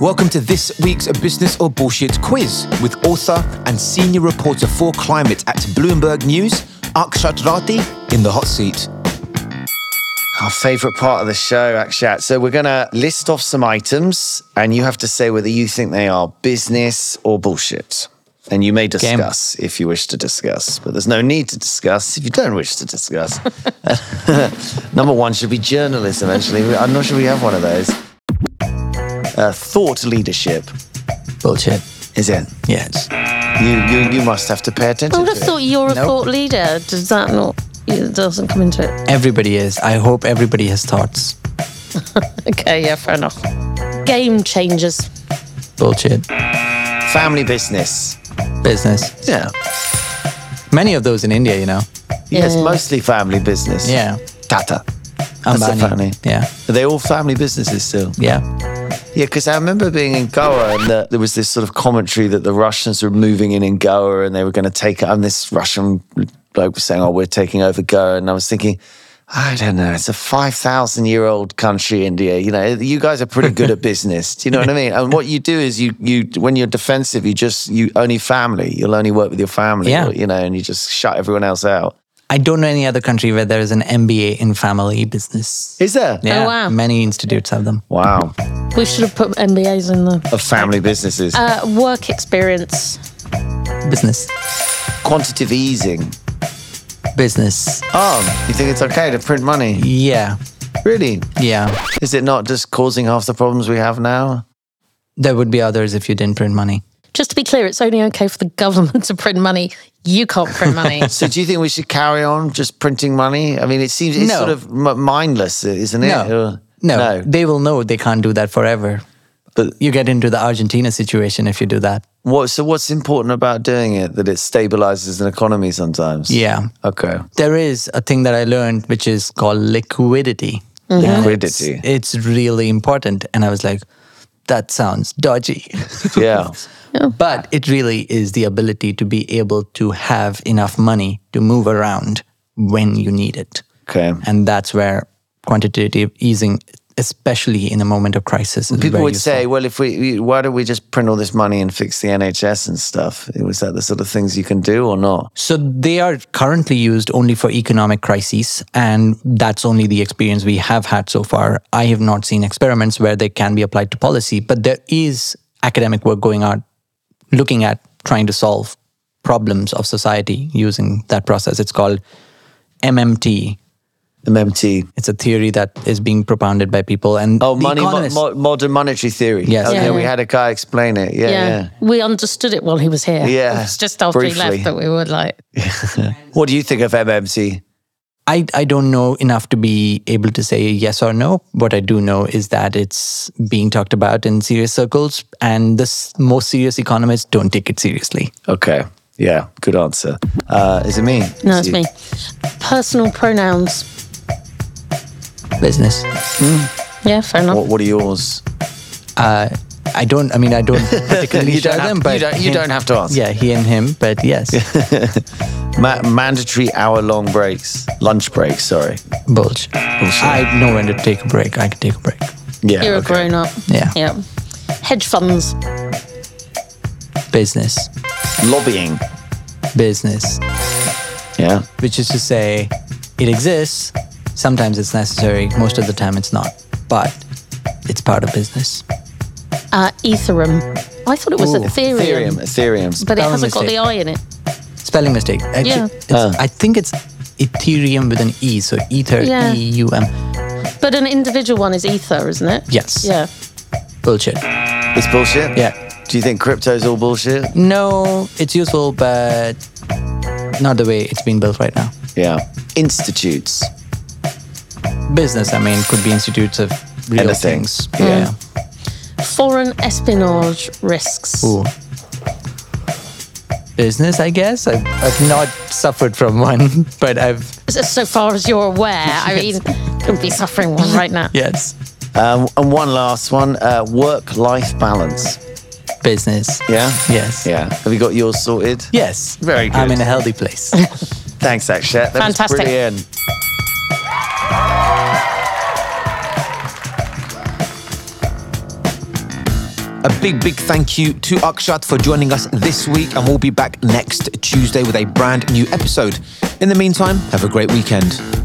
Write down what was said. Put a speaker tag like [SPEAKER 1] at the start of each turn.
[SPEAKER 1] Welcome to this week's Business or Bullshit quiz with author and senior reporter for climate at Bloomberg News, Akshat Rati, in the hot seat.
[SPEAKER 2] Our favourite part of the show, Akshat. So we're going to list off some items, and you have to say whether you think they are business or bullshit. And you may discuss if you wish to discuss, but there's no need to discuss if you don't wish to discuss. Number one should be journalism, actually. We- I'm not sure we have one of those. Uh, thought leadership
[SPEAKER 3] Bullshit.
[SPEAKER 2] is it.
[SPEAKER 3] Yes.
[SPEAKER 2] You, you, you must have to pay
[SPEAKER 4] I
[SPEAKER 2] attention
[SPEAKER 4] would
[SPEAKER 2] to
[SPEAKER 4] have thought
[SPEAKER 2] it.
[SPEAKER 4] you're a
[SPEAKER 3] Nope.
[SPEAKER 4] thought leader. Does that not? It doesn't come into it.
[SPEAKER 3] Everybody is. I hope everybody has thoughts.
[SPEAKER 4] Okay, yeah, fair enough. Game changers.
[SPEAKER 3] Bullshit.
[SPEAKER 2] Family business.
[SPEAKER 3] Business.
[SPEAKER 2] Yeah.
[SPEAKER 3] Many of those in India, you know.
[SPEAKER 2] Yes,
[SPEAKER 4] Yeah.
[SPEAKER 2] mostly family business.
[SPEAKER 3] Yeah.
[SPEAKER 2] Tata.
[SPEAKER 3] Ambani.
[SPEAKER 2] That's a funny.
[SPEAKER 3] Yeah.
[SPEAKER 2] Are they all family businesses still?
[SPEAKER 3] Yeah.
[SPEAKER 2] Yeah, because I remember being in Goa and the, there was this sort of commentary that the Russians were moving in in Goa and they were going to take And this Russian bloke was saying, oh, we're taking over Goa. And I was thinking, I don't know. It's a 5,000 year old country, India. You know, you guys are pretty good at business. Do you know what I mean? And what you do is you, you, when you're defensive, you just, you only family. You'll only work with your family,
[SPEAKER 3] Yeah.
[SPEAKER 2] or, you know, and you just shut everyone else out.
[SPEAKER 3] I don't know any other country where there is an MBA in family business.
[SPEAKER 2] Is there?
[SPEAKER 3] Yeah.
[SPEAKER 4] wow.
[SPEAKER 3] Many institutes have them.
[SPEAKER 2] Wow.
[SPEAKER 4] We should have put MBAs in there.
[SPEAKER 2] Of family businesses.
[SPEAKER 4] Uh, work experience.
[SPEAKER 3] Business.
[SPEAKER 2] Quantitative easing.
[SPEAKER 3] Business.
[SPEAKER 2] Oh, you think it's okay to print money?
[SPEAKER 3] Yeah.
[SPEAKER 2] Really?
[SPEAKER 3] Yeah.
[SPEAKER 2] Is it not just causing half the problems we have now?
[SPEAKER 3] There would be others if you didn't print money.
[SPEAKER 4] Just to be clear, it's only okay for the government to print money. You can't print money.
[SPEAKER 2] So do you think we should carry on just printing money? I mean, it seems it's
[SPEAKER 3] No.
[SPEAKER 2] sort of m- mindless, isn't it?
[SPEAKER 3] No.
[SPEAKER 2] Or-
[SPEAKER 3] No. They will know they can't do that forever.
[SPEAKER 2] But-
[SPEAKER 3] you get into the Argentina situation if you do that.
[SPEAKER 2] What, so what's important about doing it? That it stabilizes an economy sometimes.
[SPEAKER 3] Yeah.
[SPEAKER 2] Okay.
[SPEAKER 3] there is a thing that I learned which is called liquidity. And it's-
[SPEAKER 2] Liquidity.
[SPEAKER 3] It's, really important. And I was like, that sounds dodgy.
[SPEAKER 2] Yeah.
[SPEAKER 3] but it really is the ability to be able to have enough money to move around when you need it.
[SPEAKER 2] Okay.
[SPEAKER 3] And that's where quantitative easing, especially in a moment of crisis, is
[SPEAKER 2] People
[SPEAKER 3] very
[SPEAKER 2] would
[SPEAKER 3] useful.
[SPEAKER 2] say, well, if we, we- why don't we just print all this money and fix the NHS and stuff? Was that the sort of things you can do or not?
[SPEAKER 3] So they are currently used only for economic crises, and that's only the experience we have had so far. I have not seen experiments where they can be applied to policy, but there is academic work going on looking at trying to solve problems of society using that process. It's called MMT.
[SPEAKER 2] MMT.
[SPEAKER 3] It's a theory that is being propounded by people and
[SPEAKER 2] Oh,
[SPEAKER 3] the
[SPEAKER 2] money, mo-
[SPEAKER 3] Economist-
[SPEAKER 2] mo- modern monetary theory.
[SPEAKER 3] Yes.
[SPEAKER 2] Okay,
[SPEAKER 4] Yeah.
[SPEAKER 2] we had a guy explain it. Yeah,
[SPEAKER 4] yeah.
[SPEAKER 2] yeah.
[SPEAKER 4] we understood it while he was here.
[SPEAKER 2] Yeah,
[SPEAKER 4] it's just after
[SPEAKER 2] briefly.
[SPEAKER 4] he left that we were like,
[SPEAKER 2] What do you think of MMT?
[SPEAKER 3] I, I don't know enough to be able to say yes or no. What I do know is that it's being talked about in serious circles, and the s- most serious economists don't take it seriously.
[SPEAKER 2] Okay. Yeah. Good answer. Uh, is it me?
[SPEAKER 4] no,
[SPEAKER 2] Is
[SPEAKER 4] it's
[SPEAKER 2] it-
[SPEAKER 4] me. Personal pronouns.
[SPEAKER 3] Business.
[SPEAKER 4] Yeah, fair enough.
[SPEAKER 2] What, what are yours?
[SPEAKER 3] Uh, I don't. I mean, I don't particularly
[SPEAKER 2] You don't
[SPEAKER 3] share
[SPEAKER 2] have-
[SPEAKER 3] them,
[SPEAKER 2] you
[SPEAKER 3] but
[SPEAKER 2] don't- you
[SPEAKER 3] him-
[SPEAKER 2] don't have to answer.
[SPEAKER 3] Yeah, he and him, but yes,
[SPEAKER 2] Ma- mandatory hour-long breaks, lunch breaks. Sorry.
[SPEAKER 3] bulge. I know when to take a break. I can take a break.
[SPEAKER 2] Yeah.
[SPEAKER 4] You're
[SPEAKER 2] okay.
[SPEAKER 4] a grown up.
[SPEAKER 3] Yeah.
[SPEAKER 4] Yeah. Hedge funds.
[SPEAKER 3] Business,
[SPEAKER 2] Lobbying.
[SPEAKER 3] business,
[SPEAKER 2] Yeah.
[SPEAKER 3] which is to say, it exists. Sometimes it's necessary. Most of the time, it's not. But it's part of business.
[SPEAKER 4] Uh, Ethereum. I thought it was
[SPEAKER 3] Ooh,
[SPEAKER 4] Ethereum,
[SPEAKER 2] Ethereum. Ethereum.
[SPEAKER 4] but it
[SPEAKER 3] Spelling
[SPEAKER 4] hasn't got the
[SPEAKER 3] mistake.
[SPEAKER 4] I in it.
[SPEAKER 3] Spelling mistake. Actually,
[SPEAKER 4] Yeah.
[SPEAKER 3] it's-
[SPEAKER 2] Ah.
[SPEAKER 3] I think it's Ethereum with an E, so Ether,
[SPEAKER 4] Yeah.
[SPEAKER 3] E U M.
[SPEAKER 4] But an individual one is Ether, isn't it?
[SPEAKER 3] Yes.
[SPEAKER 4] Yeah.
[SPEAKER 3] Bullshit.
[SPEAKER 2] It's bullshit.
[SPEAKER 3] Yeah.
[SPEAKER 2] Do you think crypto's all bullshit?
[SPEAKER 3] No, it's useful, but not the way it's being built right now.
[SPEAKER 2] Yeah. Institutes.
[SPEAKER 3] Business, I mean, could be institutes of real
[SPEAKER 2] Anything.
[SPEAKER 3] things.
[SPEAKER 4] Mm.
[SPEAKER 2] Yeah.
[SPEAKER 4] Foreign espionage risks.
[SPEAKER 3] Ooh. Business, I guess. I've, I've not suffered from one, but I've,
[SPEAKER 4] So, so far as you're aware, I mean, could be suffering one right now.
[SPEAKER 3] yes.
[SPEAKER 2] Um, and one last one. Uh, work-life balance.
[SPEAKER 3] Business.
[SPEAKER 2] Yeah.
[SPEAKER 3] Yes.
[SPEAKER 2] Yeah. Have you got yours sorted?
[SPEAKER 3] Yes.
[SPEAKER 2] Very
[SPEAKER 3] I'm
[SPEAKER 2] good.
[SPEAKER 3] in a healthy place.
[SPEAKER 2] Thanks, Akshat. That
[SPEAKER 4] Fantastic.
[SPEAKER 2] was brilliant.
[SPEAKER 1] A big, big thank you to Akshat for joining us this week, and we'll be back next Tuesday with a brand new episode. In the meantime, have a great weekend.